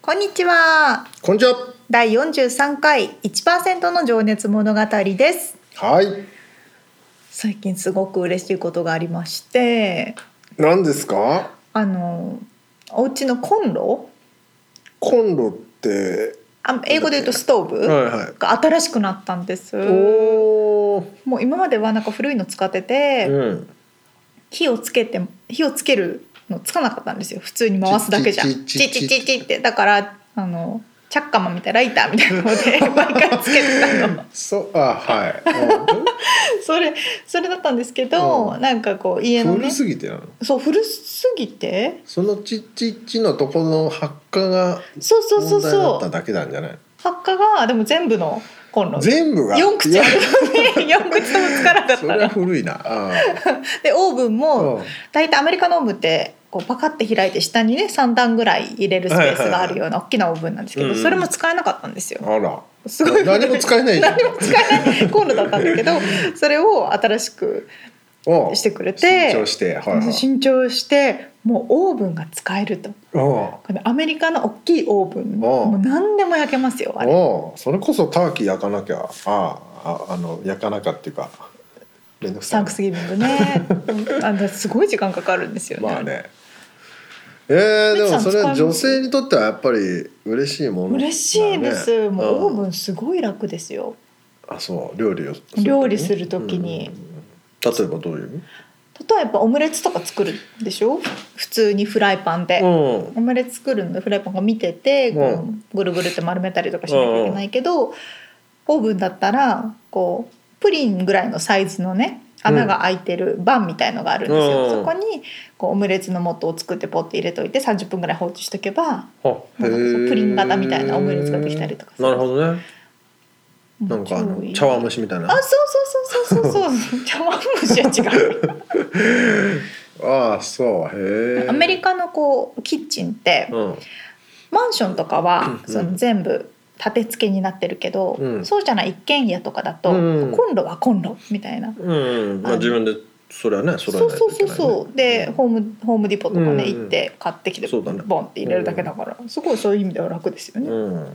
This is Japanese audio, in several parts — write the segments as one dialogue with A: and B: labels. A: こんにちは
B: こんにちは。
A: 第43回1%の情熱物語です
B: はい。
A: 最近すごく嬉しいことがありまして
B: 何ですか。
A: あのお家のコンロ
B: コンロって。
A: あ英語で言うとストーブ、
B: は
A: が新しくなったんです
B: いはい。おお。
A: もう今まではなんか古いの使ってて、
B: うん。
A: 火をつけて火をつけるのつかなかったんですよ普通に回すだけじゃん
B: チ
A: チ
B: ッチ
A: ッチ
B: ッチッチッ
A: ッチッチッってだからあのチャッカマンみたいなライターみたいなの で毎回つけてたの
B: そう、あ、はい
A: それそれだったんですけど、
B: うん
A: なんかこう
B: う
A: 家
B: ん。
A: の
B: 古
A: ね
B: すぎてなの。
A: そう古すぎて
B: そのちっちっちのとこの発火が。
A: そうそうそ
B: 問
A: う
B: 題だ
A: そ
B: った
A: う
B: だけなんじゃない。
A: 発火がでも全部のコンロ
B: 全部が。
A: 4口
B: いや
A: あるの に4口ともつかなかっ
B: そ
A: た
B: れ
A: の
B: は古いな。あ
A: でオーブン
B: ー
A: も、
B: うん。
A: 大体アメリカのオーブンってこうパカって開いて下にね3段ぐらい入れるスペースがあるような大きなオーブンなんですけど、
B: うんうん
A: それも使えなかったんですよ。
B: あら。
A: すごい
B: 何も使えないじゃん
A: 何も使えないコンロだったん だけどそれを新しく
B: おう
A: してくれて
B: 新調して。はいはい。
A: 新調してもうオーブンが使えると
B: お
A: このアメリカの大きいオーブン
B: おう
A: もう何でも焼けますよあ
B: う
A: れ
B: おう。それこそターキー焼かなきゃ。あーあ、あの焼かなきゃっていうか。めんどくさ
A: サ
B: い
A: ン
B: な
A: クスギビング ねうんあのすごい時間かかるんですよね。
B: まあね。えー、でもそれは
A: みつさん使いま
B: 女
A: す
B: 性にとってはやっぱり嬉しいもの、ね。
A: 嬉しいです、もうオーブ
B: ン。
A: ンすごい楽ですよ。
B: あ、そう、料理を。
A: 料理する時に
B: うん例えばどういう。
A: 例えばオムレツとか作るでしょ普通にフライパンで、
B: うん。
A: オムレツ作るのフライパンが見てて
B: う
A: こうぐるぐるって丸めたりとかしなきゃいけないけど、オーブンだったらこうプリンぐらいのサイズのね穴が開いてるバンみたいのがあるんですよ、
B: うん
A: そこにこうオムレツの素を作ってポッて入れといて30分ぐらい放置しとけば
B: あ、
A: なんかそうプリン型みたいなオムレツができたりとかする
B: なるほどね。
A: も
B: な
A: うん
B: かあの
A: 超いい
B: 茶碗蒸しみたいな
A: あ。そうそうそうそうそうそう 茶碗蒸しは違う
B: ああ、そう、へえ。
A: アメリカのこうキッチンって、
B: うん。
A: マンションとかは、
B: うん
A: その全部建て付けになってるけど、
B: うん
A: そうじゃない一軒家とかだと、
B: うん
A: コンロはコンロみたいな。
B: うん、まあ、自分で、それはね、それ
A: そうそうそうそうで、
B: うん
A: ホームホームディポとかね、
B: うん
A: 行って買ってきて、
B: そうだね
A: ボンって入れるだけだから、すごいそういう意味では楽ですよね。
B: うん。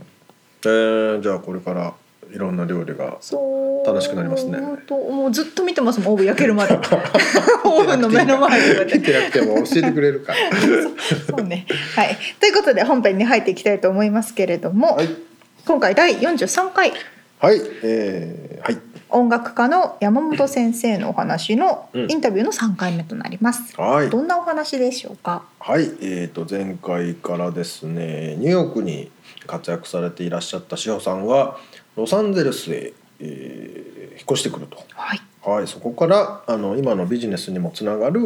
B: えー、じゃあ、これから、いろんな料理が。
A: そう
B: 楽しくなりますね
A: 本当もうずっと見てますもんオーブン焼けるま でオーブンの目の前でこうやって
B: 切ってなくても教えてくれるから。
A: そうねはいということで本編に入っていきたいと思いますけれども、
B: はい。
A: 今回第43回
B: はい、えー、はい。
A: 音楽家の山本先生のお話の
B: うん
A: インタビューの3回目となります。
B: はい、
A: どんなお話でしょうか。
B: はい、えー、と前回からですねニューヨークに活躍されていらっしゃった志保さんはロサンゼルスへ、えー引っ越してくると、
A: はい。
B: はい、そこからあの今のビジネスにもつながる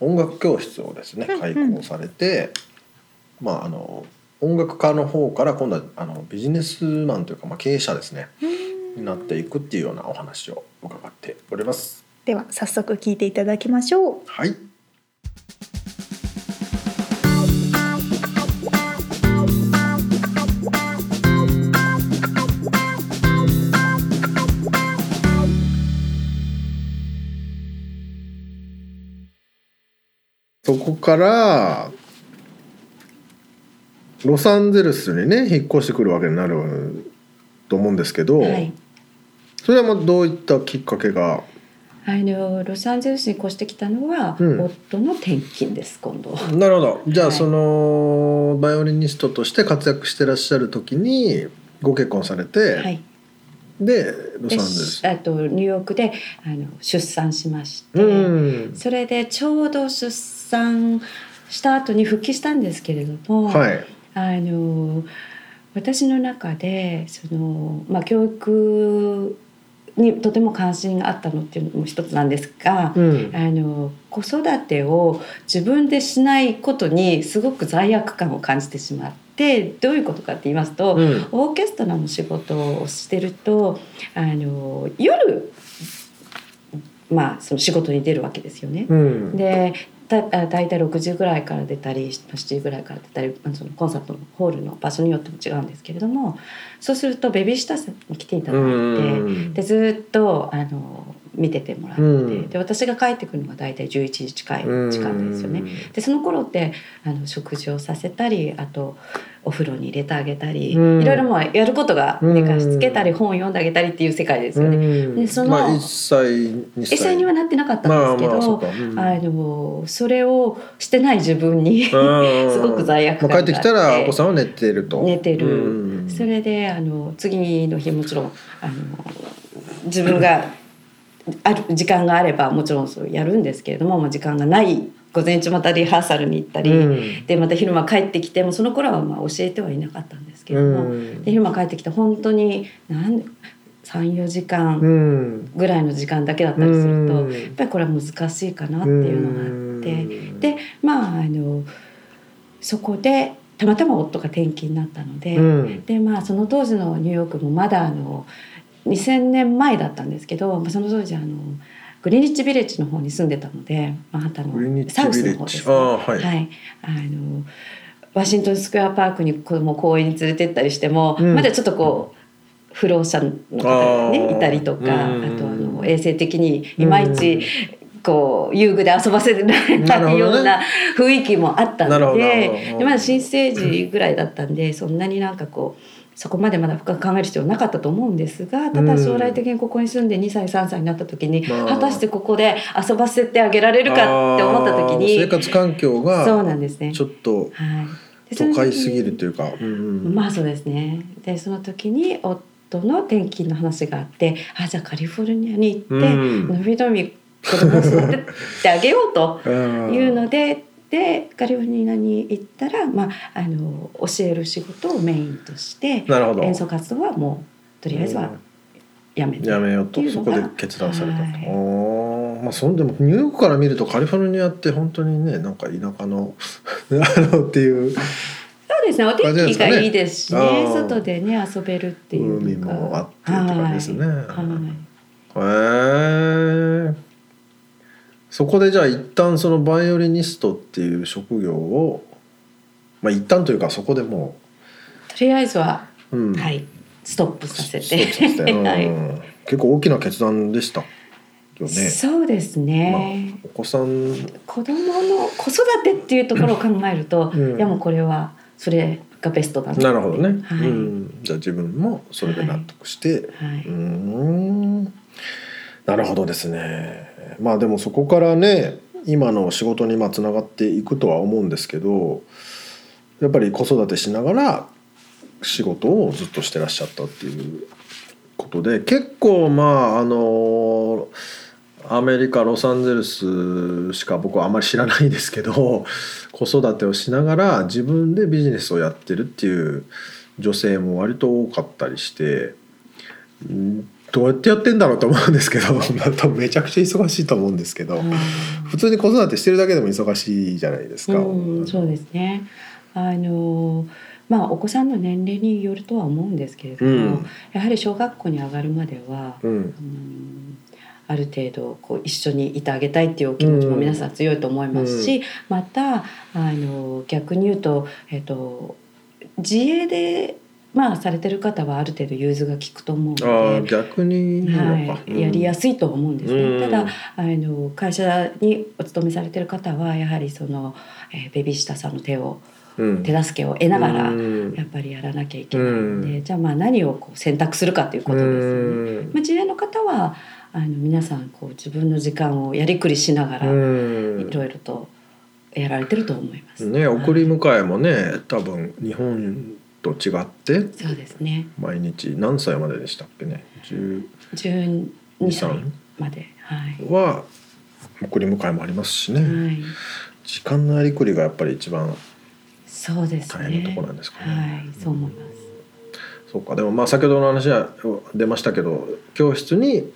B: 音楽教室をですね
A: うんうん
B: 開講されて、まああの音楽家の方から今度はあのビジネスマンというか、まあ、経営者ですねになっていくっていうようなお話を伺っております。
A: では早速聞いていただきましょう。
B: はいそこからロサンゼルスにね引っ越してくるわけになると思うんですけど、
C: はい、
B: それはもうどういったきっかけが
C: あのロサンゼルスに越してきたのは、
B: うん
C: 夫の転勤です今度
B: なるほどじゃあ、
C: はい
B: そのバイオリニストとして活躍してらっしゃる時にご結婚されて、
C: はい
B: でロサンゼ
C: で
B: ル
C: し
B: ス
C: えっとニューヨークであの出産しまして、
B: うん
C: それでちょうど出産した後に復帰したんですけれども、
B: はい
C: あの私の中でその、まあ、教育にとても関心があったのっていうのも一つなんですが、
B: うん
C: あの子育てを自分でしないことにすごく罪悪感を感じてしまってどういうことかって言いますと、
B: うん
C: オーケストラの仕事をしてるとあの夜、まあ、その仕事に出るわけですよね。
B: うん
C: でだあ大体6時ぐらいから出たり7時ぐらいから出たりあのそのコンサートのホールの場所によっても違うんですけれどもそうするとベビーシッターさんに来ていただいて、
B: うん
C: でずっとあの見ててもらって、
B: うん
C: で私が帰ってくるのが大体11時近い時間ですよね。でその頃ってあの食事をさせたりあとお風呂に入れてあげたり、
B: うん
C: いろいろもうやることが、
B: う
C: 寝
B: ん
C: かしつけたり本を読んであげたりっていう世界ですよね。
B: うん
C: でその
B: まあ、1歳2歳
C: 実際にはなってなかったんですけど、
B: そうかうん
C: あのそれをしてない自分にす
B: うん
C: ごく罪悪
B: ま
C: 感
B: あ
C: があ
B: 帰
C: っ
B: っててきたらお子さんは寝てると
C: 寝てる
B: うん
C: それであの次の日もちろんあの自分がある時間があればもちろんそうやるんですけれどももう時間がない午前中またリハーサルに行ったり、
B: うん
C: でまた昼間帰ってきてもその頃はまあ教えてはいなかったんですけれ
B: う
C: ども、
B: ん
C: で昼間帰ってきて本当に34時
B: う
C: 間
B: ん
C: ぐらいの時間だけだったりすると、
B: うん
C: やっぱりこれは難しいかなっていうのがあって。
B: うん
C: でまああのそこでたまたま夫が転勤になったので、
B: うん
C: でまあその当時のニューヨークもまだあの2000年前だったんですけど、まあ、その当時あのグリニッチビレッジの方に住んでたのでマンハッタン
B: グリニッ
C: の
B: チ
C: サウス
B: ビレ
C: の方
B: ッ
C: で
B: ジ
C: す、
B: あ
C: ね。
B: あはい、
C: はい、あのワシントンスクエアパークに子供を公園に連れてったりしても、
B: うん
C: まだちょっとこう不老者の方が
B: あー
C: ねいたりとかあ
B: うん
C: とあの衛生的にいまいち
B: うん
C: こう遊具で遊ばせられ
B: なる
C: な
B: ほど
C: い
B: ね
C: ような雰囲気もあった
B: なるほ
C: の
B: どなる
C: で,、
B: ほど
C: でまだ新生児ぐらいだったんでそんなになんかこう。そこまでまだ深く考える必要はなかったと思うんですがただ将来的にここに住んで2歳3歳になった時に、
B: まあ
C: 果たしてここで遊ばせてあげられるかって思った時に
B: あー生活環境
C: そう
B: が
C: なんですね。
B: ちょっと
C: はい。で
B: 都会すぎ。
C: その時
B: る
C: に
B: というか、うんうん
C: まあそうですね。でその時に夫の転勤の話があって、あじゃあカリフォルニアに行
B: う
C: って、
B: ん
C: のびのび子供を育ててあげよ うと
B: うん
C: いうので。でカリフォルニアに行ったら、まあ、あの教える仕事をメインとして
B: なるほど
C: 演奏活動はもうとりあえずはやめて、
B: やめようと
C: っていう
B: そ
C: の
B: こ
C: が
B: で決断されたと、
C: はい
B: おーまあ、そんでもニューヨークから見るとカリフォルニアって本当にねなんか田舎の あのっていう
C: そうですねお天気がいいですしね
B: 感じですかねあー
C: 外でね遊べるっていう
B: 海
C: のが
B: もあってって感じですね。
C: はいはい
B: へーそこでじゃあ一旦そのバイオリニストっていう職業をまあ一旦というかそこでも
C: とりあえずは、
B: う、うん
C: はい、ストップさせ
B: ストップさせて
C: て
B: うん
C: はい
B: 結構大きな決断でしたよね。
C: そうですね、
B: お子さん、
C: 子供の子育てっていうところを考えると、
B: うん
C: いやもうこれはそれがベストだな
B: なるほどね、
C: はい
B: うん、じゃあ自分もそれで納得して、
C: はい
B: ー
C: う
B: んなるほどですねまあでもそこからね今の仕事にまあつながっていくとは思うんですけどやっぱり子育てしながら仕事をずっとしてらっしゃったっていうことで結構まああのアメリカロサンゼルスしか僕はあまり知らないですけど 子育てをしながら自分でビジネスをやってるっていう女性も割と多かったりして。うんどうやってやってんだろうと思うんですけど 多分めちゃくちゃ忙しいと思うんですけど、普通に子育てしてるだけでも忙しいじゃないですか。
C: うん、そうですねあのまあお子さんの年齢によるとは思うんですけれど
B: う
C: も、
B: ん
C: やはり小学校に上がるまでは、
B: うん
C: うんある程度こう一緒にいてあげたいっていうお気持ちも皆さん強いと思いますし、またあの逆に言うと,、えっと自営で、まあ、されてる方はある程度融通が利くと思う
B: あー
C: ので。
B: 逆にいいのか、
C: はい、やりや
B: い
C: すいとは思うんですね、
B: うん
C: ただあの会社にお勤めされてる方はやはりその、えーベビーシッターさんの手を手助けを得ながらやっぱりやらなきゃいけないので、
B: う
C: じゃあまあ何をこう選択するかということですよね。まあ、自営の方はあの皆さんこう自分の時間をやりくりしながらいろいろとやられてると思います。
B: ね送り迎えもね多分日本と違って
C: そうですね
B: 毎日何歳まででしたっけね12
C: 12歳
B: 3
C: まではい、
B: は送り迎えもありますしね、
C: はい、
B: 時間のやりくりがやっぱり一番
C: そうですね
B: 大変なとこなんですかね
C: はいそう思います
B: そうかでもまあ先ほどの話は出ましたけど教室に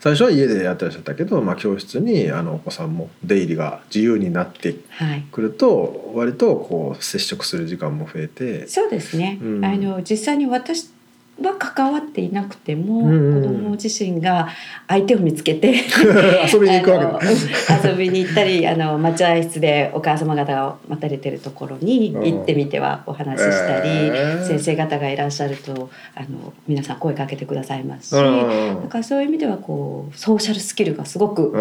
B: 最初は家でやってらっしゃったけど、まあ、教室にあのお子さんも出入りが自由になって
C: はい
B: くると割とこう接触する時間も増えて
C: そうですね、
B: うん
C: あの実際に私は関わっていなくても、
B: うんうん
C: 子供自身が相手を見つけて
B: 遊びに行くわけだ
C: あのうん遊びに行っ たりあの待合室でお母様方が待たれてるところに行ってみてはお話ししたり、
B: えー
C: 先生方がいらっしゃるとあの皆さん声かけてくださいますし、
B: うん
C: なんかそういう意味ではこうソーシャルスキルがすごく
B: う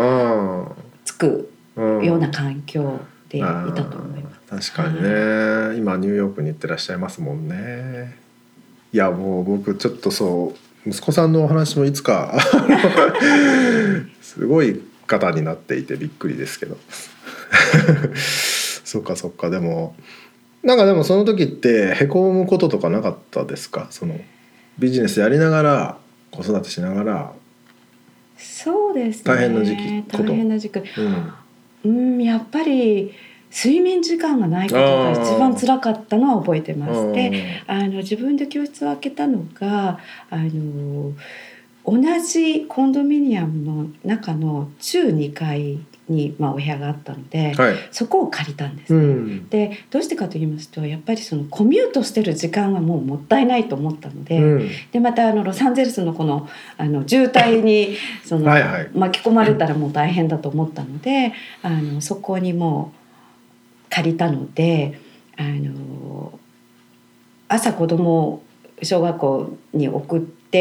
B: ん
C: つく
B: うん
C: ような環境でいた
B: あ
C: と思います。
B: ー確かにね、今ニューヨークに行ってらっしゃいますもんねいやもう僕ちょっとそう息子さんのお話もいつか すごい方になっていてびっくりですけど そっかそっかでもなんかでもその時ってへこむこととかなかったですかそのビジネスやりながら子育てしながら、
C: そうですね。
B: 大変な時期こと
C: 大変な時期。
B: うん
C: うん、やっぱり睡眠時間がないことが一番辛かったのは覚えてま
B: う
C: す。
B: ん
C: で、あの自分で教室を開けたのがあの同じコンドミニアムの中の中2階にまあお部屋があったので、
B: はい、
C: そこを借りたんです。
B: うん
C: でどうしてかと言いますとやっぱりそのコミュートしてる時間はもうもったいないと思ったので、
B: うん
C: でまたあのロサンゼルスのこのあの渋滞にその
B: はいはい
C: 巻き込まれたらもう大変だと思ったのであのそこにもう借りたのであの朝子供を小学校に送って、
B: うん
C: そ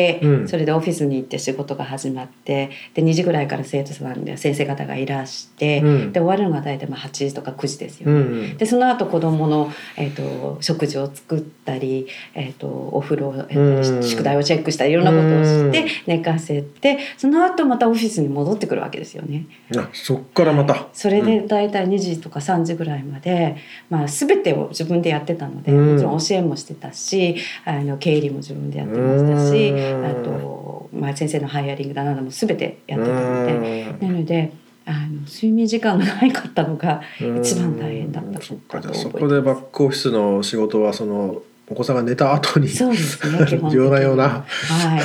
C: れでオフィスに行って仕事が始まってで2時ぐらいから生徒さんや先生方がいらして、
B: うん
C: で終わるのが大体まあ8時とか9時ですよね。
B: うん
C: でその後子供の、えー、と食事を作ったり、えー、とお風呂をやったり
B: うん
C: 宿題をチェックしたりいろんなことをして
B: うん
C: 寝かせてその後またオフィスに戻ってくるわけですよね。
B: あそっからまた、
C: それで大体2時とか3時ぐらいまで、まあ、全てを自分でやってたので、
B: うん
C: もちろん教えもしてたしあの経理も自分でやってましたし、
B: うん
C: あと、まあ、先生のハイアリングだなども全てやってたので、
B: で
C: なのであの睡眠時間がないかったのが一番大変だった
B: そっかじゃあ
C: と
B: そ
C: 思いま
B: こ
C: す
B: でバックオフィスの仕事はそのお子さんが寝た後に
C: そうですね、 基本的に
B: 夜な
C: は。
B: 夜な
C: はい。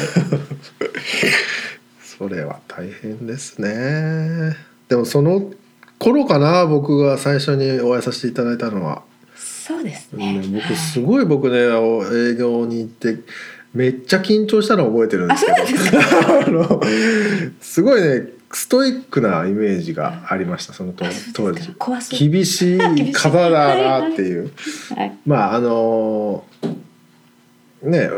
B: それは大変ですねでもその頃かな僕が最初にお会いさせていただいたのは、
C: そうです
B: ね
C: ね。
B: 僕すごい僕ね営業に行ってめっちゃ緊張したのを覚えてるんですけど
C: あそうなん で
B: あのすごいねストイックなイメージがありましたその当
C: はいあそ
B: 当
C: うです
B: 時
C: か怖そう。
B: 厳しい方だなっていう。
C: はい。
B: まああのね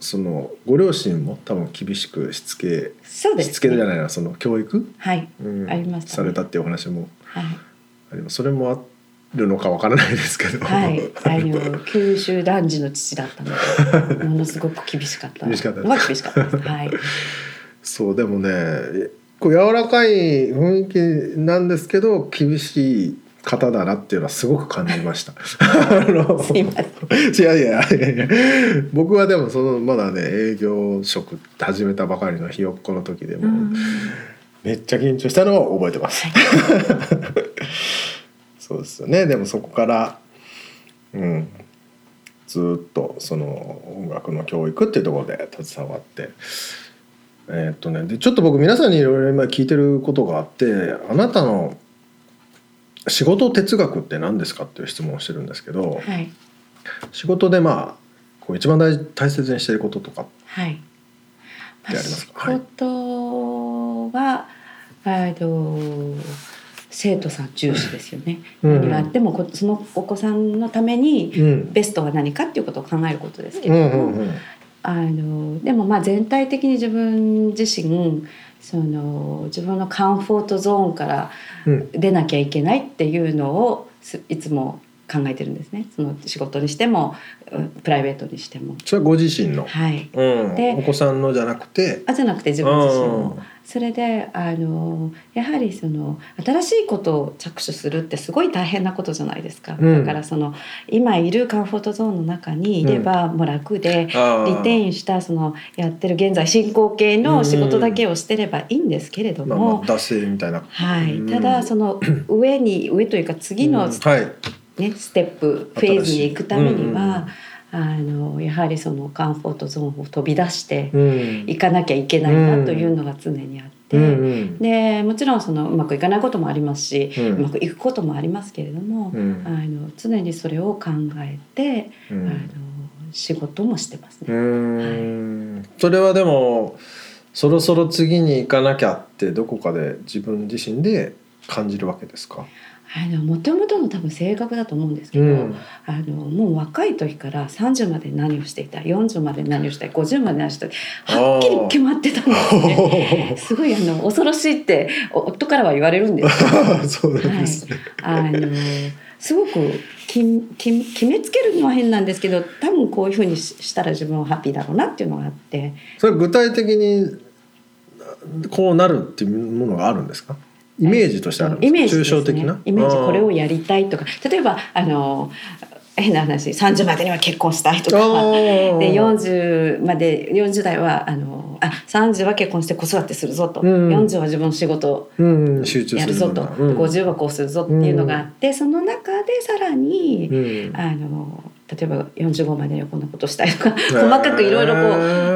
B: そのご両親も多分厳しくしつけ、
C: そうです、
B: しつけじゃないなその教育、
C: はい。
B: うん
C: ありましたね
B: されたっていうお話も
C: はい。
B: ありますそれもあるのかわからないですけど、
C: はい。あの九州男児の父だったので、ものすごく厳しかった。
B: 厳しかった
C: は厳しかったで す。はい。
B: そうでもねこう柔らかい雰囲気なんですけど厳しい方だなっていうのはすごく感じま した。あの
C: すいません。
B: いやいやいやいや僕はでもそのまだね営業職始めたばかりのひよっこの時でも、
C: うん
B: めっちゃ緊張したのは覚えてます。 そうですよね。でもそこから、うん、ずっとその音楽の教育っていうところで携わって。えーっとね、でちょっと僕皆さんにいろいろ今聞いてることがあってあなたの仕事哲学って何ですかっていう質問をしてるんですけど
C: はい。
B: 仕事でまあこう一番大大切にしてることとか
C: はい。
B: でありますか
C: まあ仕事は、えっと生徒さん重視ですよね。
B: うん
C: 何があってもこそのお子さんのために
B: うん
C: ベストは何かっていうことを考えることですけ
B: う
C: れ
B: ん
C: ども、
B: うんうん
C: あのでもまあ全体的に自分自身その自分のカンフォートゾーンから
B: うん
C: 出なきゃいけないっていうのをすいつも考えてるんですねその仕事にしてもうんプライベートにしても。
B: それはご自身の
C: はい、
B: うん、
C: で
B: お子さんのじゃなくて
C: あじゃなくて自分自身
B: う
C: も
B: ん
C: それであのやはりその新しいことを着手するってすごい大変なことじゃないですか、
B: うん
C: だからその今いるカンフォートゾーンの中にいればもう楽で、リテインしたそのやってる現在進行形の仕事だけをしてればいいんですけれど
B: まあま
C: も
B: あ、、惰性みたいな。
C: はい
B: うん、
C: ただその上に上というか次の、
B: うん
C: ね
B: はい。
C: ステップフェーズに行くためには
B: 新、
C: あのやはりそのカンフォートゾーンを飛び出して
B: うん
C: 行かなきゃいけないなというのが常にあっ
B: うんうん
C: て。でもちろんそのうまくいかないこともありますし、
B: う
C: うんまくいくこともありますけれども、
B: うん
C: あの常にそれを考えて、
B: う
C: あの
B: ん
C: 仕事もしてます
B: う
C: ね。
B: ーんそれはでもそろそろ次に行かなきゃってどこかで自分自身で感じるわけですか。
C: あの元々の多分性格だと思うんですけど、
B: うん
C: あのもう若い時から30まで何をしていた40まで何をしたい50まで何をしたいはっきり決まってたんです ね。すごいあの恐ろしいってお夫からは言われる んですけど
B: そうなんですね。
C: あのすごくきんきん決めつけるのは変なんですけど多分こういうふうにししたら自分はハッピーだろうなっていうのがあって
B: それ具体的にこうなるっていうものがあるんですか。イメージとしてあるんですか。
C: イメージで
B: 抽
C: すね
B: 象的な。
C: イメージこれを
B: あ
C: やりたいとか例えばあの変な話30までには結婚したいと
B: ー
C: か。
B: あー
C: で40まで40代はあのあ30は結婚して子育てするぞと、
B: うん
C: 40は自分の仕事
B: うん集中
C: や
B: す
C: る
B: る
C: ぞ
B: よう
C: と、
B: なうん
C: 50はこうするぞっていうのがあって、その中でさらに、
B: うん
C: あの例えば45までにはこんなことしたいとか細かくいろいろこう。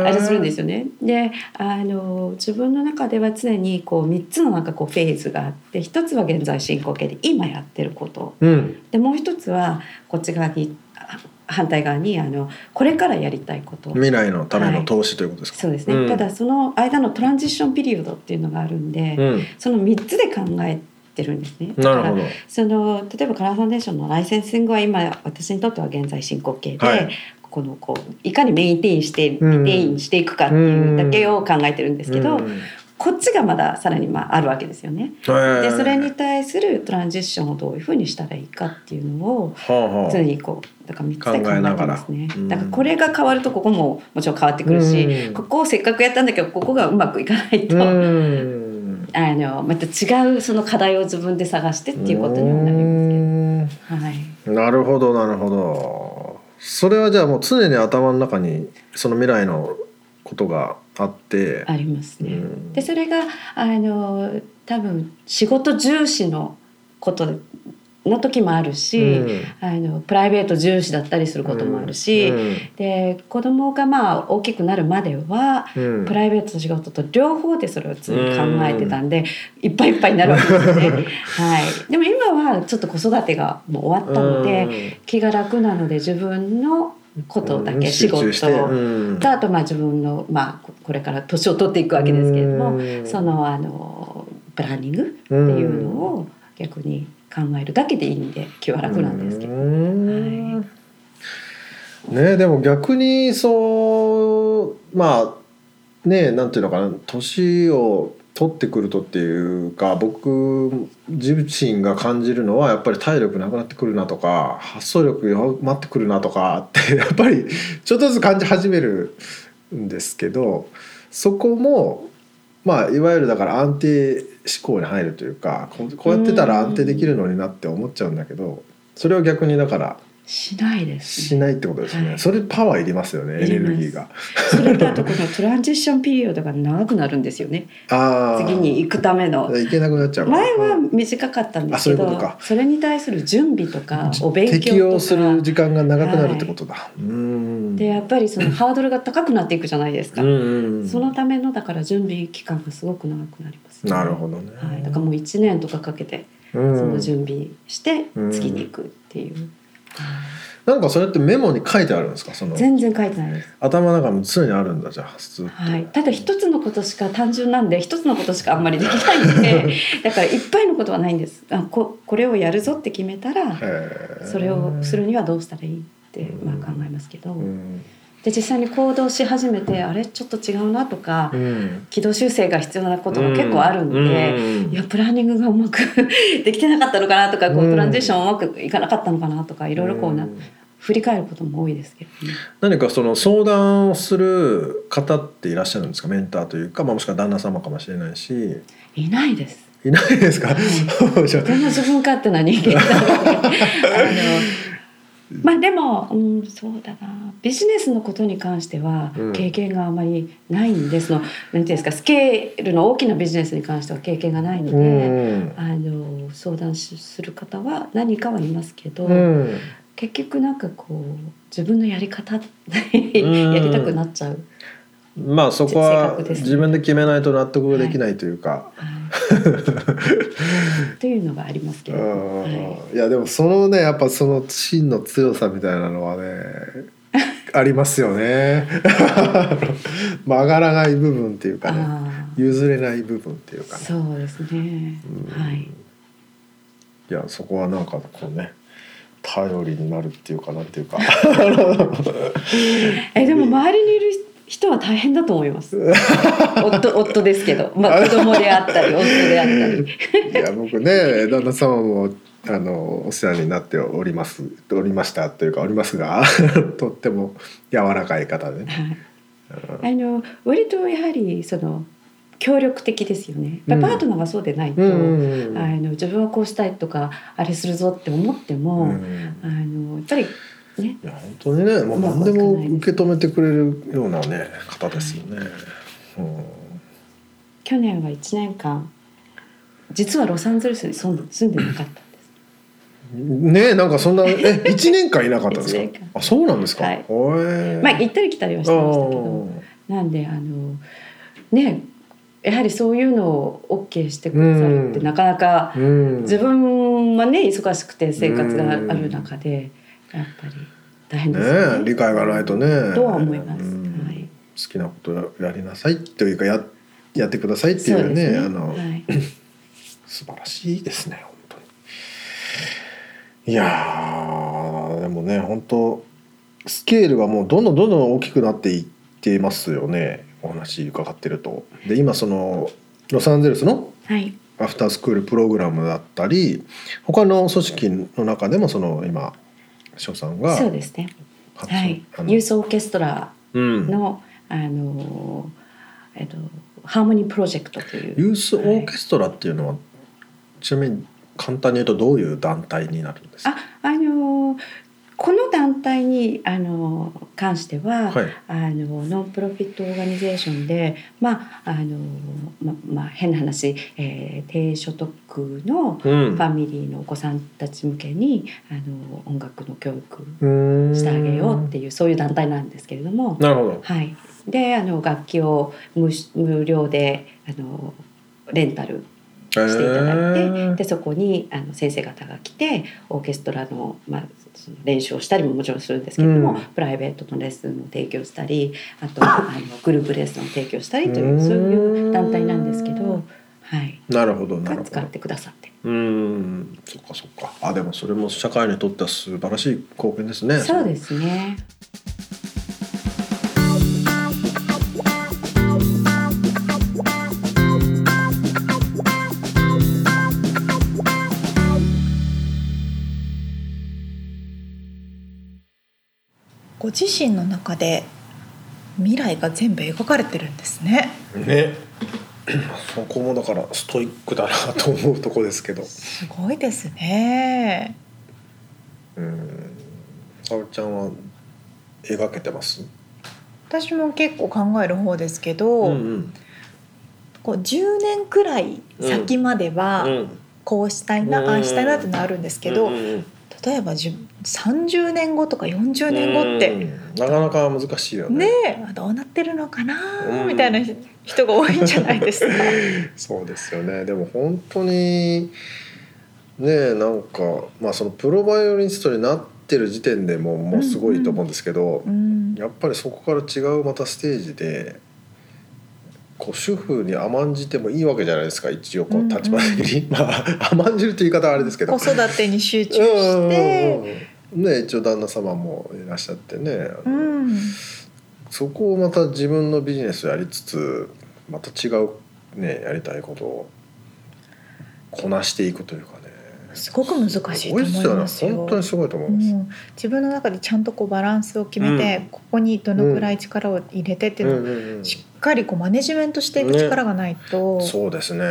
C: あれするんですよねであの自分の中では常にこう3つのなんかこうフェーズがあって1つは現在進行形で今やってること
B: うん
C: でもう一つはこっち側にあ反対側にあのこれからやりたいこと、
B: 未来のための投資ということですか。
C: そうですね、
B: うん
C: ただその間のトランジッションピリオドっていうのがあるんで、
B: うん
C: その3つで考えてるんですね。
B: なるほ
C: だから
B: ど。
C: その例えばカラーファンデーションのライセンシングは今私にとっては現在進行形で、
B: はい
C: このこういかにメインテインしてリテ
B: うん
C: インしていくかっていうだけを考えてるんですけど、
B: うん
C: こっちがまださらにまああるわけですよね。でそれに、対するトランジッションをどういうふうにしたらいいかっていうのを
B: はあはあ
C: 常にこうだから3つで考えて
B: 考
C: ますね
B: えながらうん
C: だからこれが変わるとここももちろん変わってくるし、
B: うん
C: ここをせっかくやったんだけどここがうまくいかないと、
B: うん
C: あのまた違うその課題を自分で探してっていうことにはなりま
B: ます
C: けど、はい、
B: すなるほどなるほどそれはじゃあもう常に頭の中にその未来のことがあって
C: ありますね。
B: うん
C: でそれがあの多分仕事重視のことの時もあるし、
B: うん
C: あのプライベート重視だったりすることもあるし、
B: うん
C: で子供がまあ大きくなるまでは
B: うん
C: プライベートと仕事と両方でそれを常に考えてたんで、いっぱいいっぱいになるわけです よね。はい。でも今はちょっと子育てがもう終わったので、気が楽なので自分のことだ
B: う
C: け
B: ん
C: 仕事
B: 集中して
C: と、
B: うん
C: あとまあ自分のまあここれから年を取っていくわけですけれども、
B: うん
C: そのあのプランニングって
B: うん
C: いうのを逆に考えるだけでいいんで気は楽なんですけど。
B: うんねでも逆にそうまあねなんていうのかな年を取ってくるとっていうか僕自身が感じるのはやっぱり体力なくなってくるなとか発想力弱まってくるなとかってやっぱりちょっとずつ感じ始めるんですけどそこもまあいわゆるだから安定思考に入るというかこうこうやってたら安定できるのになって思っちゃうんだけどそれを逆にだから
C: しないです
B: し
C: ね。
B: ないってことですね、
C: はい
B: それパワーいりますよねエ
C: い
B: ネ
C: ります
B: ルギーが
C: それとあとこのトランジッションピリオドが長くなるんですよね。
B: あー
C: 次に行くための。
B: いけなくなっちゃうから
C: 前は
B: うん
C: 短かったんですけ
B: あそういう
C: ど
B: ことか、
C: それに対する準備とかお勉強とか。
B: 適応する時間が長くなるってことだ、うーん
C: でやっぱりそのハードルが高くなっていくじゃないですか、
B: うんうんうん
C: そのためのだから準備期間がすごく長くなります、
B: なるほどね、
C: はい、だからもう1年とかかけてそ
B: うん
C: の準備して
B: うん
C: 次に行くっていう、
B: なんかそれってメモに書いてあるんですかその
C: 全然書いてないです、
B: 頭の中に常にあるんだじゃあずっと
C: はい、ただ一つのことしか単純なんで一つのことしかあんまりできないんで だからいっぱいのことはないんですあここれをやるぞって決めたら
B: へー
C: それをするにはどうしたらいいってまあ考えますけど、
B: うん
C: で実際に行動し始めてあれちょっと違うなとか、
B: うん
C: 軌道修正が必要なことが結構あるんで、
B: うん
C: いやプランニングがうまく できてなかったのかなとかこ
B: うん
C: うトランジションうまくいかなかったのかなとかいろいろこうな、
B: ん
C: 振り返ることも多いですけどね。
B: 何かその相談をする方っていらっしゃるんですかメンターというか、まあ、もしくは旦那様かもしれないし
C: いないです。
B: いないですかじゃ
C: とても自分勝手な人 間なのであのまあでも、うん、そうだなビジネスのことに関しては
B: うん
C: 経験があまりないんですの、なんていうんですかスケールの大きなビジネスに関しては経験がないの
B: あ
C: で、
B: うん
C: あの相談しする方は何人かはいますけど、
B: うん
C: 結局なんかこう自分のやり方や
B: ん
C: りたくなっちゃう。
B: まあそこ
C: 性
B: は
C: 格ですね
B: 自分で決めないと納得できないというか、
C: はいというのがありますけど、はい
B: うんいやでもそのねやっぱその芯の強さみたいなのは ねありますよね 曲がらない部分っていうかね
C: あー
B: 譲れない部分っていうかね
C: そうですね
B: うん。
C: はい。
B: いやそこはなんかこうね頼りになるっていうかなんていう かあ
C: えでも周りにいる人は大変だと思い ます。夫夫ですけど、まあ子供であっ たり夫であったり。
B: のいや僕ね旦那様もあのお世話になっておりますおりましたというかおりますが とっても柔らかい方でね。
C: はいあの割とやはりその協力的ですよね。やっぱパートナーがそうでないと、
B: うん
C: あの自分はこうしたいとかあれするぞって思っても、
B: うん
C: あのやっぱりね
B: いや本当にね、もう何でも受け止めてくれるようなね方ですよね。うん
C: 去年は1年間実はロサンゼルスに住ん住んでなかったんです。
B: ねえなんかそんな え一年間いなかったんです
C: 一
B: か
C: 年間。
B: あそうなんですか。
C: はい
B: おえ
C: まあ行ったり来たりはしてましたけど。
B: あー
C: なんであのねやはりそういうのを OK してくださるって、
B: うん
C: なかなか
B: うん、
C: 自分はね忙しくて生活がある中で、やっぱり大変
B: ね
C: ですよね
B: え理解がないとね。
C: とは思います
B: うん
C: はい
B: 好きなことやりなさいというかややってくださいってい
C: そう
B: う
C: で
B: ね
C: すね
B: あの、
C: はい、
B: 素晴らしいですね本当にいやーでもね本当スケールがもうどんどんどんどん大きくなっていってますよねお話伺ってるとで今そのロサンゼルスの
C: はい
B: アフタースクールプログラムだったり他の組織の中でもその今翔さんが
C: そうですね
B: 発信
C: はい
B: あの
C: ユースオーケストラ
B: うん
C: の、あのえっとハーモニープロジェクトという
B: ユースオーケストラっていうのは、ちなみに簡単に言うとどういう団体になるんですか
C: ああのこの団体にあの関しては、
B: はい
C: あのノンプロフィットオーガニゼーションで、まああのままあ、変な話、えー低所得の
B: う
C: フ
B: ん
C: ァミリーのお子さんたち向けにあの音楽の教育
B: し
C: してあげようっていうそういう団体なんですけれども、
B: なるほど。
C: はい、であの楽器を無し無料であのレンタルしていただいて、でそこにあの先生方が来てオーケストラの,、まあ、その練習をしたりももちろんするんですけれど
B: う
C: も、
B: ん
C: プライベートのレッスンを提供したりあとあのグループレッスンを提供したりというう
B: ーん
C: そういう団体なんですけど、はい、
B: なるほどなる
C: が
B: ほ
C: 使っ
B: ど。
C: てくださって
B: うん、そっかそっか。あでもそれも社会にとっては素晴らしい貢献ですね。
C: そうですね。
A: ご自身の中で未来が全部描かれてるんですね
B: ね。 そこもだからストイックだなと思うとこですけど。
A: すごいですね
B: うん。沙織ちゃんは描けてます。
A: 私も結構考える方ですけど、
B: ん
A: こう10年くらい先までは
B: うん。
A: こうしたいな、
B: うん
A: ああしたいなってのあるんですけど、
B: うんうんうん
A: 例えばじゅ30年後とか40年後って、
B: うんなかなか難しいよね。
A: ねえどうなってるのかな、
B: うん
A: みたいな人が多いんじゃない ですか。
B: そうですよねでも本当にねえなんか、まあ、そのプロバイオリニストになってる時点でもうもうすごいと思うんですけど、
A: うん
B: やっぱりそこから違うまたステージでこう主婦に甘んじてもいいわけじゃないですか一応
A: う
B: こ
A: んう
B: うん立場的に、まあ甘んじるという言い方はあれですけど
A: 子。育てに集中
B: うんうんうん
A: して、
B: ね、一応旦那様もいらっしゃってね、
A: う
B: あの
A: ん
B: そこをまた自分のビジネスをやりつつまた違うねやりたいことをこなしていくというかね
A: すごく難しいと思
B: す
A: い
B: ごいっ
A: ますす
B: よね
A: よ
B: 本当にすごいと思います、
A: うん、自分の中でちゃんとこうバランスを決めて、
B: うん
A: ここにどのくらい力を入れてっていうのを、
B: うんうんうん
A: しっかりこうマネジメントしていく力がないと、
B: そうですね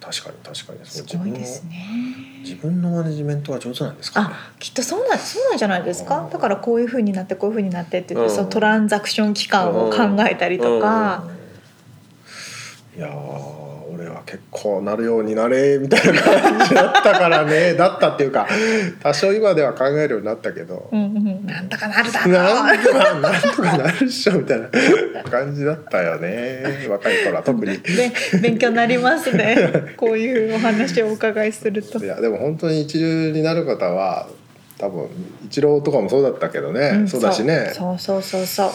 B: 確かに確かに
A: す
B: そう
A: ごいですね。
B: 自分の自分のマネジメントが上手なんですか、ね、
A: あきっとそうなんそうなんじゃないです
B: う
A: か
B: ん
A: だからこういうふうになってこういうふうになってって言って、
B: うん
A: そのトランザクション期間を考えたりとか、
B: うん、いやー俺は結構なるようになれみたいな感じだったからねだったっていうか多少今では考えるようになったけど、
A: うんうん、なんとかなるだろう
B: なんとかなんとかなるっしょみたいな感じだったよね若い頃 は特に。
A: べ勉強になります ねこういうお話をお伺いすると
B: い。やでも本当に一流になる方は多分一郎とかもそうだったけどね、
A: ん
B: そうだしね
A: そうそうそうそう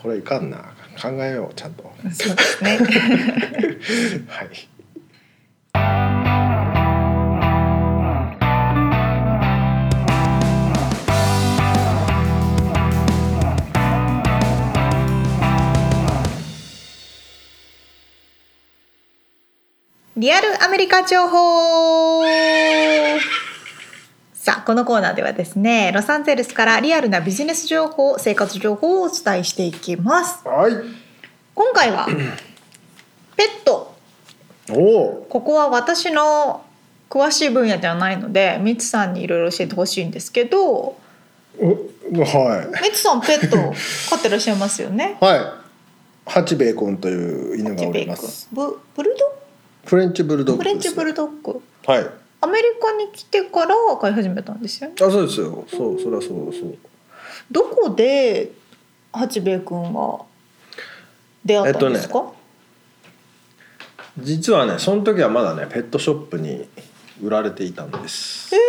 B: これいかんな考えようちゃんと。
A: そうですね。
B: はい
A: リアルアメリカ情報さあこのコーナーではですねロサンゼルスからリアルなビジネス情報生活情報をお伝えしていきます
B: はい
A: 今回はペット
B: おお
A: ここは私の詳しい分野ではないのでミツさんにいろいろ教えてほしいんですけど
B: うは
A: ミツさんペット 飼ってらっしゃいますよね
B: いはいハチベーコンという犬がおります
A: ブブルド
B: フレンチブルドッ
A: ッグ
B: グ
A: フ
B: で
A: レ
B: す
A: ンチブルドッグ
B: はいあ
A: アメリカに来てから飼い始めたんですよね
B: そうですよそうそりゃそうそう
A: どこで八兵衛くんは出会ったんですか？
B: 実はねその時はまだねペットショップに売られていたんです
A: へえ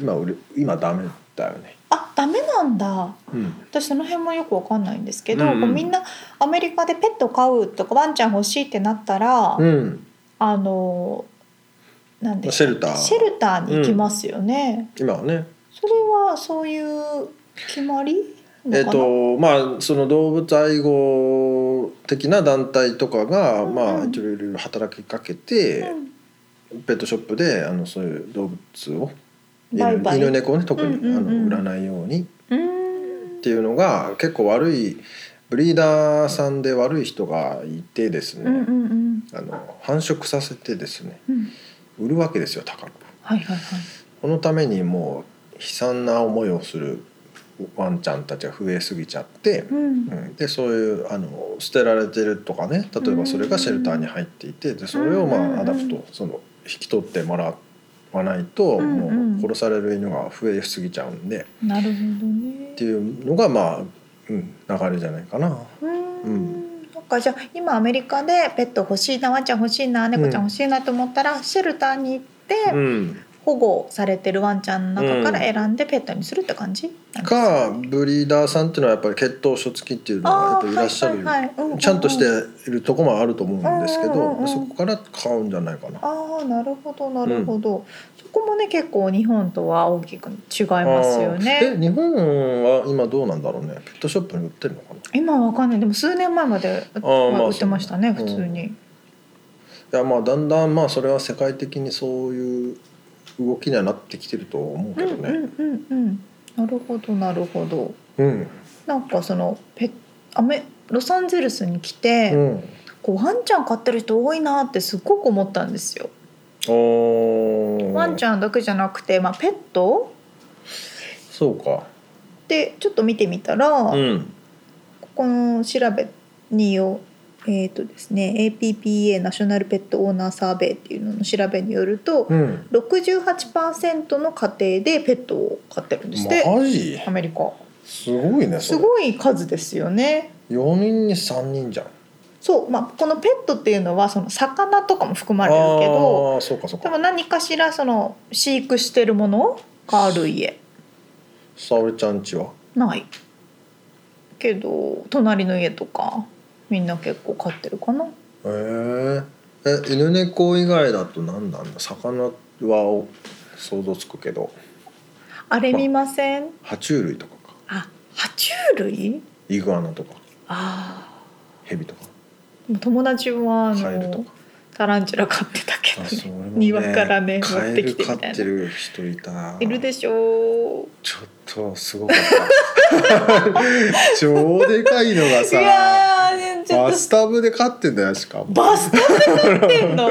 B: 今売れ今ダメだよね
A: あダメなんだ。
B: うん
A: 私その辺もよくわかんないんですけど、
B: うんうん
A: こうみんなアメリカでペット飼うとかワンちゃん欲しいってなったら、
B: うん
A: あのなんで
B: シェルター
A: シェルターに行きますよね。
B: 今はね
A: それはそういう決まり
B: え
A: の
B: っ
A: かな？
B: とまあその動物愛護的な団体とかが、
A: うんうん
B: まあいろいろ働きかけて、ペットショップであのそういう動物を
A: うん、バイバイ。
B: 犬猫をね特に、
A: うんうんうん
B: あの売らないように
A: うーん
B: っていうのが結構悪いブリーダーさんで悪い人がいてですね、
A: うんうんうん
B: あの繁殖させてですね
A: うん。
B: 売るわけですよ高く。
A: はいはいはい。
B: このためにもう悲惨な思いをするワンちゃんたちが増えすぎちゃって、
A: うん
B: うん、でそういうあの捨てられてるとかね例えばそれがシェルターに入っていてでそれを
A: うんうんう
B: ま
A: ん
B: あアダプトその引き取ってもらわないと
A: うんう
B: も
A: ん
B: う殺される犬が増えすぎちゃうんで
A: なるほどね。
B: っていうのがまあ、うん、流れじゃないかな。
A: うーん
B: ん
A: なんかじゃあ今アメリカでペット欲しいなワンちゃん欲しいな猫ちゃん欲しいなと思ったら、シェルターに行って
B: うん、
A: 保護されてるワンちゃんの中から選んでペットにするって感じなんです
B: か
A: ね
B: ブリーダーさんっていうのはやっぱり血統書付きっていうのがや
A: あ
B: っぱ
A: ー
B: りいらっしゃ
A: は
B: る、
A: いはいはいうんうんうん
B: ちゃんとしているとこもあると思うんですけど、
A: うんうんうん
B: そこから買うんじゃないかな。
A: あーなるほどなるほど、そこもね結構日本とは大きく違いますよ
B: あー
A: ね
B: え日本は今どうなんだろうねペットショップに売ってるのかな
A: 今はわかんないでも数年前まで
B: あーまあ
A: は売ってましたね
B: そ
A: 普
B: う
A: 通に、
B: いやまあだんだんまあそれは世界的にそういう動きにはなってきてると思う
A: う
B: け
A: ん、
B: ど
A: うん
B: ね。
A: うんうんなるほどなるほど
B: うん。
A: なんかそのペアメロサンゼルスに来て、
B: うん。
A: こうワンちゃん飼ってる人多いなってすごく思ったんですよ。
B: お
A: ワンち
B: ゃん。
A: ゃんだけじゃなくて、まあ、ペット
B: そうか。
A: でちょっと見てみたら、
B: うん。
A: ここの調べによえーとですね、APPA ナショナルペットオーナーサーベイっていうのの調べによると、
B: うん。
A: 68%の家庭でペットを飼ってるんですって、
B: マジ
A: アメリカ
B: すごいね。
A: す
B: い。
A: ごい数ですよね
B: 四人に三人じゃん。
A: そう、まあ、このペットっていうのはその魚とかも含まれるけど
B: あーそうかそう
A: 多
B: か。
A: 分何かしらその飼育してるものがある家
B: 沙織ちゃんちは。
A: ないけど隣の家とかみんな結構飼ってるかな
B: へええ犬猫以外だと何なんだ。魚はお想像つくけど、
A: あれ見ません
B: 爬虫類とかか。
A: あ爬虫類
B: イグアナとか、
A: あ
B: ヘビとか、
A: あ友達はあ
B: カエルと
A: の
B: か。
A: タランチュラ飼ってたけど
B: あ、そ
A: ね
B: う俺ももう
A: 庭からね
B: カ
A: 持
B: エ
A: ってき
B: ル
A: てみた
B: 飼
A: いな
B: ってる人いたない
A: るでしょう
B: ちょっとすごかった 超でかいのが
A: い
B: さ
A: やーねちょっ
B: バ
A: と
B: スタブで飼ってんだよしかも
A: バスタブで飼って んの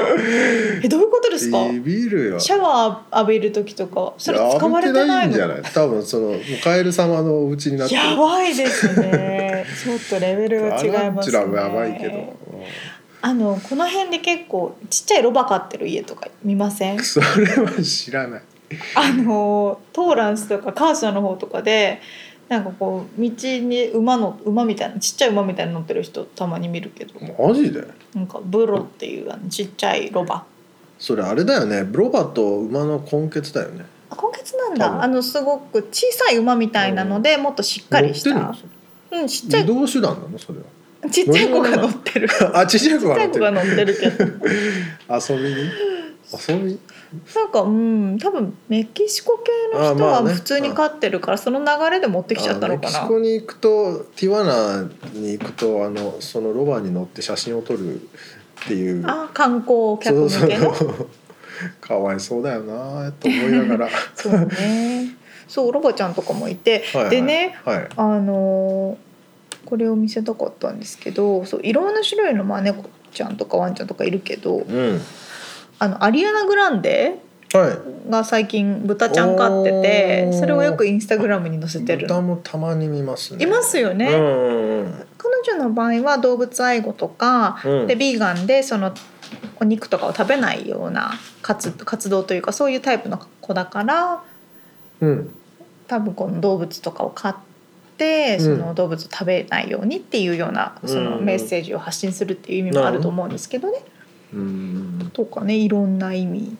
A: えどういうことですか
B: ビビるよ
A: シャワー浴びる時とかそれ使われてない
B: や
A: の
B: 浴びんじゃない多分そのもうカエル様のお家になって
A: やばいです ねちょっとレベルが違いますね
B: アランチュラもやばいけど、うん
A: あのこの辺で結構ちっちゃいロバ飼ってる家とか見ま せん
B: それは知らない。
A: あのトーランスとかカーシャの方とかでなんかこう道に馬の馬みたいなちっちゃい馬みたいに乗ってる人たまに見るけど
B: マジで
A: なんかブロっていうあのちっちゃいロバ
B: それあれだよねロバと馬の根血だよね
A: あ今月なん
B: 多
A: だ
B: 分
A: あのすごく小さい馬みたいなのでもっとしっか
B: 乗っ
A: りして
B: る
A: た
B: のそ
A: うんちっちゃ
B: れ移
A: い
B: 動手段なのそれは
A: ちっちゃい子が乗ってるちっ
B: あちっちゃい子
A: ち
B: が
A: ゃ
B: 乗っ
A: い子
B: て
A: が
B: る
A: 乗ってるけど
B: 遊びに遊び
A: なんかうん多分メキシコ系の人
B: あまあ
A: は
B: ね
A: 普通に飼ってるから、その流れで持ってきちゃったのか
B: あメキシ
A: な
B: コに行くとティワナに行くとあのそのロバに乗って写真を撮るっていう
A: あ観光客
B: そうそ
A: 向けの
B: う かわいそうだよなと思いな がら
A: そうねそうロバちゃんとかもいて
B: はいはい
A: でね
B: はい
A: あのーこれを見せたかったんですけどそういろんな種類のまあ猫ちゃんとかワンちゃんとかいるけど
B: うん
A: あのアリアナ・グランデ
B: は
A: が最近豚ちゃん飼ってて
B: おー
A: それをよくインスタグラムに載せ
B: い
A: てる
B: 豚もたまに見ますね
A: いますよね、
B: うんうん
A: 彼女の場合は動物愛護とか、
B: うんうん
A: でビーガンでそのお肉とかを食べないような活活動というかそういうタイプの子だから
B: うん
A: 多分この動物とかを飼ってそ
B: うん
A: の動物を食べないようにっていうようなその
B: うん
A: メッセージを発信するっていう意味もあると思うんですけどね。
B: うん
A: とかねいろんな意味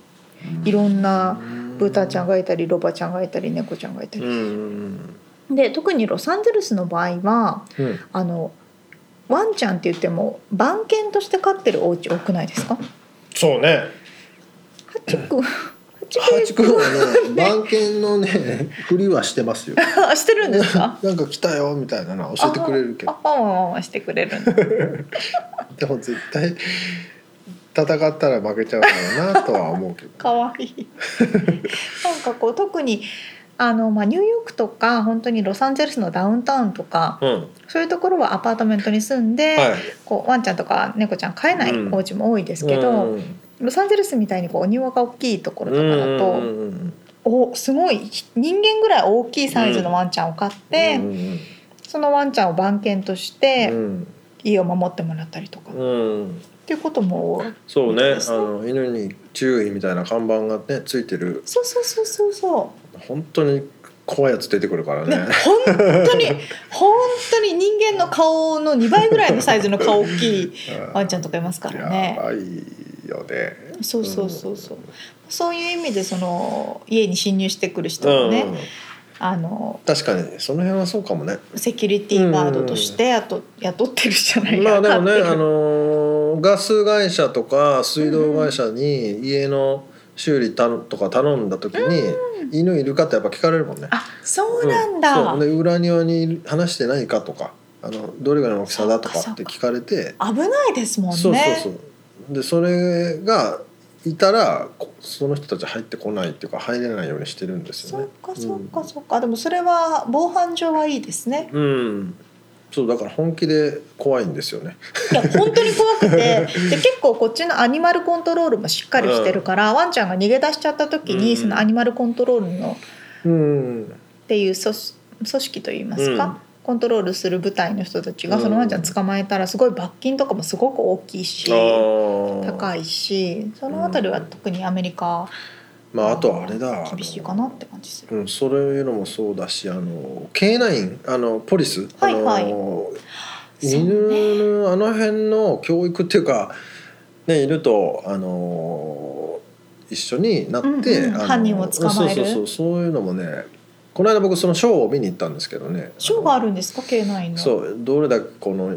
A: いろんな豚ちゃん
B: が、
A: がいたりロバちゃんがいたり猫ちゃんがいた
B: うん
A: り。
B: うん
A: で特にロサンゼルスの場合は
B: うんうん、
A: あのワンちゃんって言っても番犬として飼ってるお家多くないですか
B: そうね
A: ハチクハチク
B: 八君は ね番犬のねふりはしてますよ
A: あしてるんですか
B: なんか来たよみたいなのは教えてくれるけ
A: あ
B: ど
A: ワンワンワンしてくれる んだ
B: でも絶対戦ったら負けちゃうだろうなとは思うけど
A: かわいいなんかこう特にあの、まあ、ニューヨークとか本当にロサンゼルスのダウンタウンとか
B: うん
A: そういうところはアパートメントに住んで、
B: はい
A: こうワンちゃんとか猫ちゃん飼えない
B: うん
A: お家も多いですけど、
B: うん
A: ロサンゼルスみたいにこうお庭が大きいところ
B: う
A: と
B: ん
A: かだと、
B: うんうんうん
A: おすごい人間ぐらい大きいサイズのワンちゃんを飼って、
B: うんうん
A: そのワンちゃんを番犬として
B: うん
A: 家を守ってもらったりとか、っ
B: うん
A: ていうこともそ
B: そう
A: う
B: ね
A: です
B: あ
A: ね
B: の犬に注意みたいな看板がねついてる
A: そうそうそうそうそ
B: 本当に怖いやつ出てくるから
A: う、ね
B: ね、
A: 本当に本当に人間の顔の2倍ぐらいのサイズの顔大き い ワンちゃんとかいますから
B: や
A: ね
B: ばいよね。
A: そうそうそうそうそういう意味でその家に侵入してくる人
B: うん
A: もね、
B: うん
A: あの
B: 確かにその辺はそうかもね。
A: セキュリティガードとして雇雇ってるじゃない
B: まあでも
A: 飼
B: ね、
A: ってる
B: あのーガス会社とか水道会社に家の修理たのとか頼んだ時に犬いるかってやっぱ聞かれるもんね。
A: あそうなんだ、
B: うんそうで裏庭に話してないかとか、あのどれぐらいの大きさだとかって聞かれて、
A: 危ないですもんね
B: そうそうそう。でそれがいたらこその人たち入ってこないっていうか入れないようにしてるんですよ
A: そ
B: ね
A: っ。かそっかそっか、でもそれは防犯上はいいですね
B: うん、そうだから本気で怖いんですよね。
A: いや本当に怖 くてで結構こっちのアニマルコントロールもしっかりしてるから、ワンちゃんが逃げ出しちゃった時に、
B: うん
A: そのアニマルコントロールの
B: うん、
A: っていう組織組織といいますか、
B: うん
A: コントロールする部隊の人たちがそのワンちゃん捕まえたらすごい罰金とかもすごく大きいし、
B: 高
A: 高
B: い。
A: いしその辺りは特にアメリカ
B: まああとあれだ。
A: 厳しいかなって感じする。
B: うん、それいうのもそうだし、あの K9 あのポリス、
A: はいはい
B: あの
A: そうね
B: 犬のあの辺の教育っていうかねいるとあの一緒になって、
A: うんうん
B: あの
A: 犯人を捕まえる
B: そうそうそうそういうのもね。この間僕そのショーを見に行ったんですけどね。
A: ショーがあるんですか K9 の
B: そうどれだけこの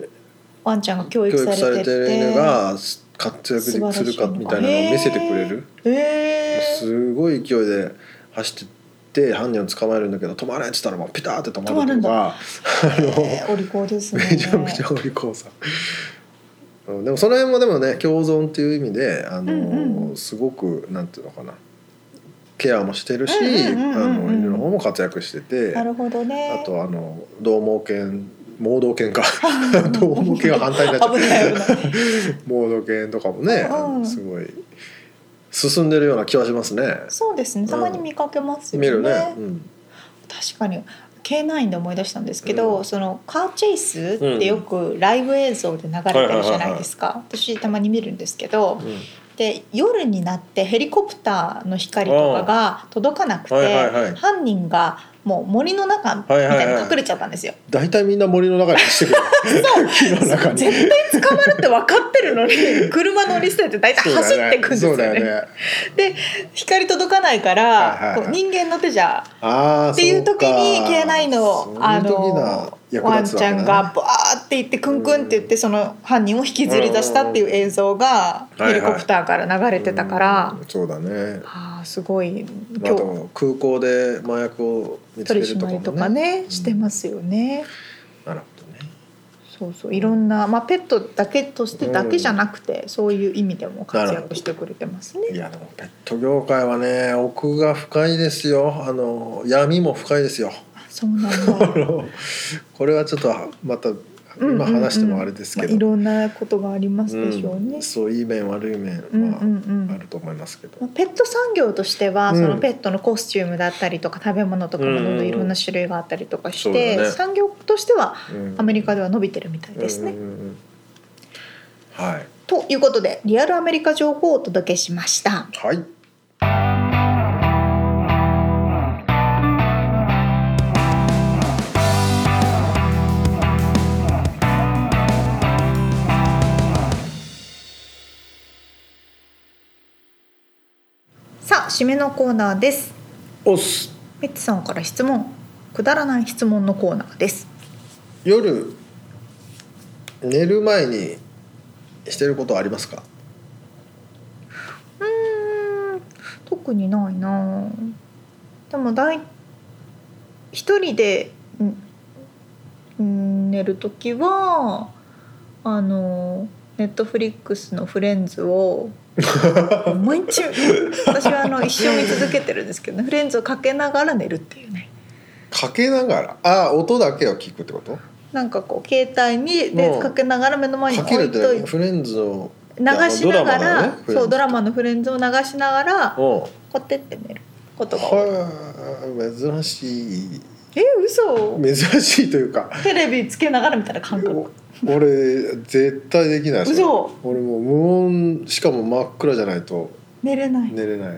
A: ワンちゃんが教育
B: 教育
A: さ
B: さ
A: れて
B: れ
A: ってて
B: る犬が活躍するかみたいなのを見せてくれる
A: えー、
B: すごい勢いで走ってって犯人を捕まえるんだけど止まれっつったらもうピターって止まるとかあの
A: えーお利口ですね
B: めちゃくちゃお利口さんうんでもその辺もでもね共存っていう意味であの、
A: うん
B: すごくなんていうのかなケアもしてるし、
A: うんうんうんうんうん
B: あの犬の方も活躍してて
A: なるほどね
B: あとあの獰猛犬盲導 犬か獰猛犬は反対になっちゃっ
A: 危ない危
B: た
A: ない
B: 盲導犬とかもね、
A: うんうん
B: あのすごい進んでるような気はしますね。
A: そうですねたまに見かけますよ
B: 見
A: ね,、
B: るね、うん
A: 確かに K9 で思い出したんですけど、
B: うん
A: そのカーチェイスってよくライブ映像で流れてるじゃないですか、私たまに見るんですけど
B: うん
A: で夜になってヘリコプターの光とかが届かなくて、
B: はいはいはい
A: 犯人がもう森の中みたいに隠れちゃったんですよ。
B: 大体みんな森の中にしてくる木の中に
A: 絶対捕まるって分かってるの に車乗り捨てて大体 走ってくんです
B: そ
A: よ
B: うだ
A: ね
B: よね
A: 光届かないか
B: はいはいは
A: ら
B: い
A: こう人間の手じゃ
B: あー
A: っていう時に
B: そうか
A: K9
B: そう
A: のあ
B: いう時
A: の
B: だ役
A: ワン
B: 立
A: ち
B: つわけ
A: ゃ
B: だね
A: んがバーって行ってクンクンって言ってその犯人を引きずり出したっていう映像が
B: うんうんうん
A: ヘリコプターから流れてたから
B: うんそうだね、
A: あーすごい
B: まあ、
A: 今
B: で
A: 日
B: も空港で麻薬を見つけ
A: 取り締
B: ると
A: まり
B: か
A: と
B: も
A: か
B: ね
A: ねしてますよね。
B: なるほどね
A: そうそういろんな、まあ、ペットだけとしてだけじゃなくて、そういう意味でも活躍してくれてますね。
B: いやでもペット業界はね奥が深いですよあの闇も深いですよ
A: あそうなん
B: あ
A: だ
B: のこれはちょっとまた 今話してもあれですけど、
A: うんうんうんまあいろんなことがありますでしょう
B: う
A: ね
B: ん。そういい面悪い面
A: うん
B: は
A: うんうん
B: あると思いますけど、
A: まあペット産業としては、
B: うん
A: そのペットのコスチュームだったりとか食べ物とかもどんどんいろんな種類があったりとかし
B: うんうん
A: て、
B: そうだね
A: 産業としては
B: うん
A: アメリカでは伸びてるみたいですね。
B: うんうんうんはい
A: ということでリアルアメリカ情報をお届けしました。
B: はい
A: さあ締めのコーナーです。
B: おっす
A: ペッツさんから質問くだらない質問のコーナーです。
B: 夜寝る前にしてることはありますか
A: うーん特にないなあでもだい一人でんん寝る時はあのネットフリックスの「フレンズを」毎日私はあの一生見続けてるんですけどね「フレンズ」をかけながら寝るっていうね
B: かけながらああ音だけを聞くってこと
A: なんかこう携帯にで
B: うん
A: かけながら目の前に
B: か
A: 置い
B: けるっ
A: とい
B: て
A: て
B: フレンズを
A: 流しなが
B: あ
A: ら
B: のドラマのねフレンズ
A: そうドラマの「フレンズ」を流しながらこう
B: お
A: やってって寝ることが多い
B: は珍しい
A: え嘘
B: 珍しいというか
A: テレビつけながらみたいな感覚
B: お俺絶対できないそれ
A: 嘘
B: 俺もう無音しかも真っ暗じゃないと
A: 寝れない
B: 寝れない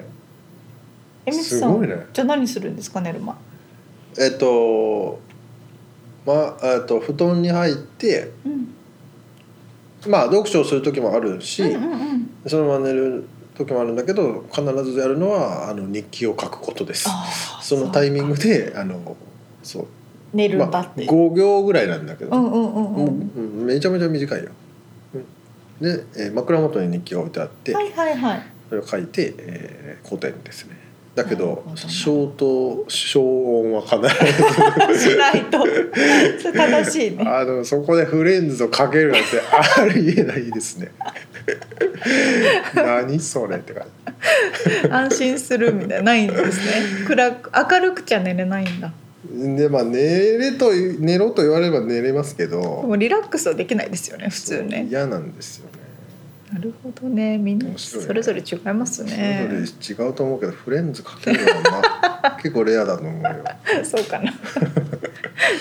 A: えみつ
B: す
A: さん、
B: ごいね
A: じゃあ何するんですか寝る前
B: えっとまあえっと布団に入って
A: うん
B: まあ読書をする時もあるし、
A: うんうんうん
B: そのまま寝る時もあるんだけど必ずやるのはあの日記を書くことです
A: あー
B: そのタイミングであのそう
A: 寝る
B: ま
A: んだ
B: あ
A: っていう、
B: 5行ぐらいなんだけど、
A: うんうんうんう
B: もうんうんめちゃめちゃ短いよ、うんで、えー枕元に日記が置いてあって、
A: はいはいはい
B: それを書いて、えー、古典ですねだけ
A: なる
B: ど
A: ほどね
B: 消灯消音は 必ず
A: しないと それ正しい ね
B: あのそこでフレンズをかけるなんてありえないですね 何それって感じ
A: 安心するみたいなないんですね暗く明るくちゃ寝れないんだ
B: でまあ寝れと寝ろと言われれば寝れますけ
A: で
B: ど
A: もリラックスはできないですよね普通
B: そう
A: ね
B: 嫌なんですよね
A: なるほどねみんな
B: 面白いね
A: それぞれ違いますね
B: それぞれ違うと思うけどフレンズかけるのは、まあ、 結構レアだと思うよ
A: そうかな。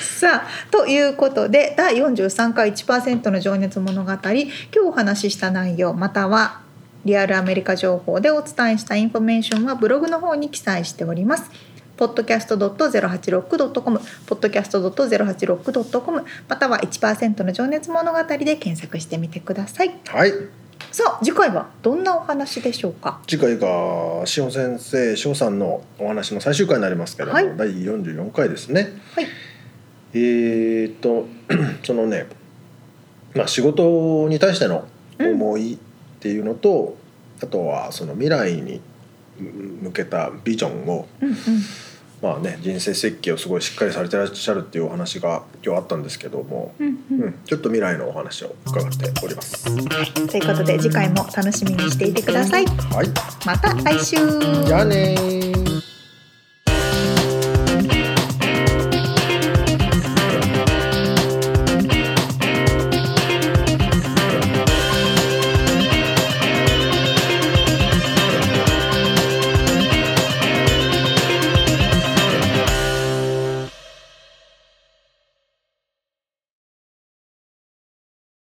A: さあということで第43回1%の情熱物語今日お話しした内容またはリアルアメリカ情報でお伝えしたインフォメーションはブログの方に記載しております。podcast.086.com podcast.086.com または1%の情熱物語で検索してみてください
B: はい
A: さあ次回はどんなお話でしょうか
B: 次回が塩先生塩さんのお話の最終回になりますけども、
A: はい
B: 第44回ですね
A: はい
B: えーっと そのね、まあ、仕事に対しての思いっていうのと、あとはその未来に向けたビジョンを
A: うんうん
B: まあね、人生設計をすごいしっかりされてらっしゃるっていうお話が今日あったんですけども、
A: うんう
B: うんん、ちょっと未来のお話を伺っております。
A: ということで次回も楽しみにしていてください。
B: はい、
A: また来週
B: じゃあねー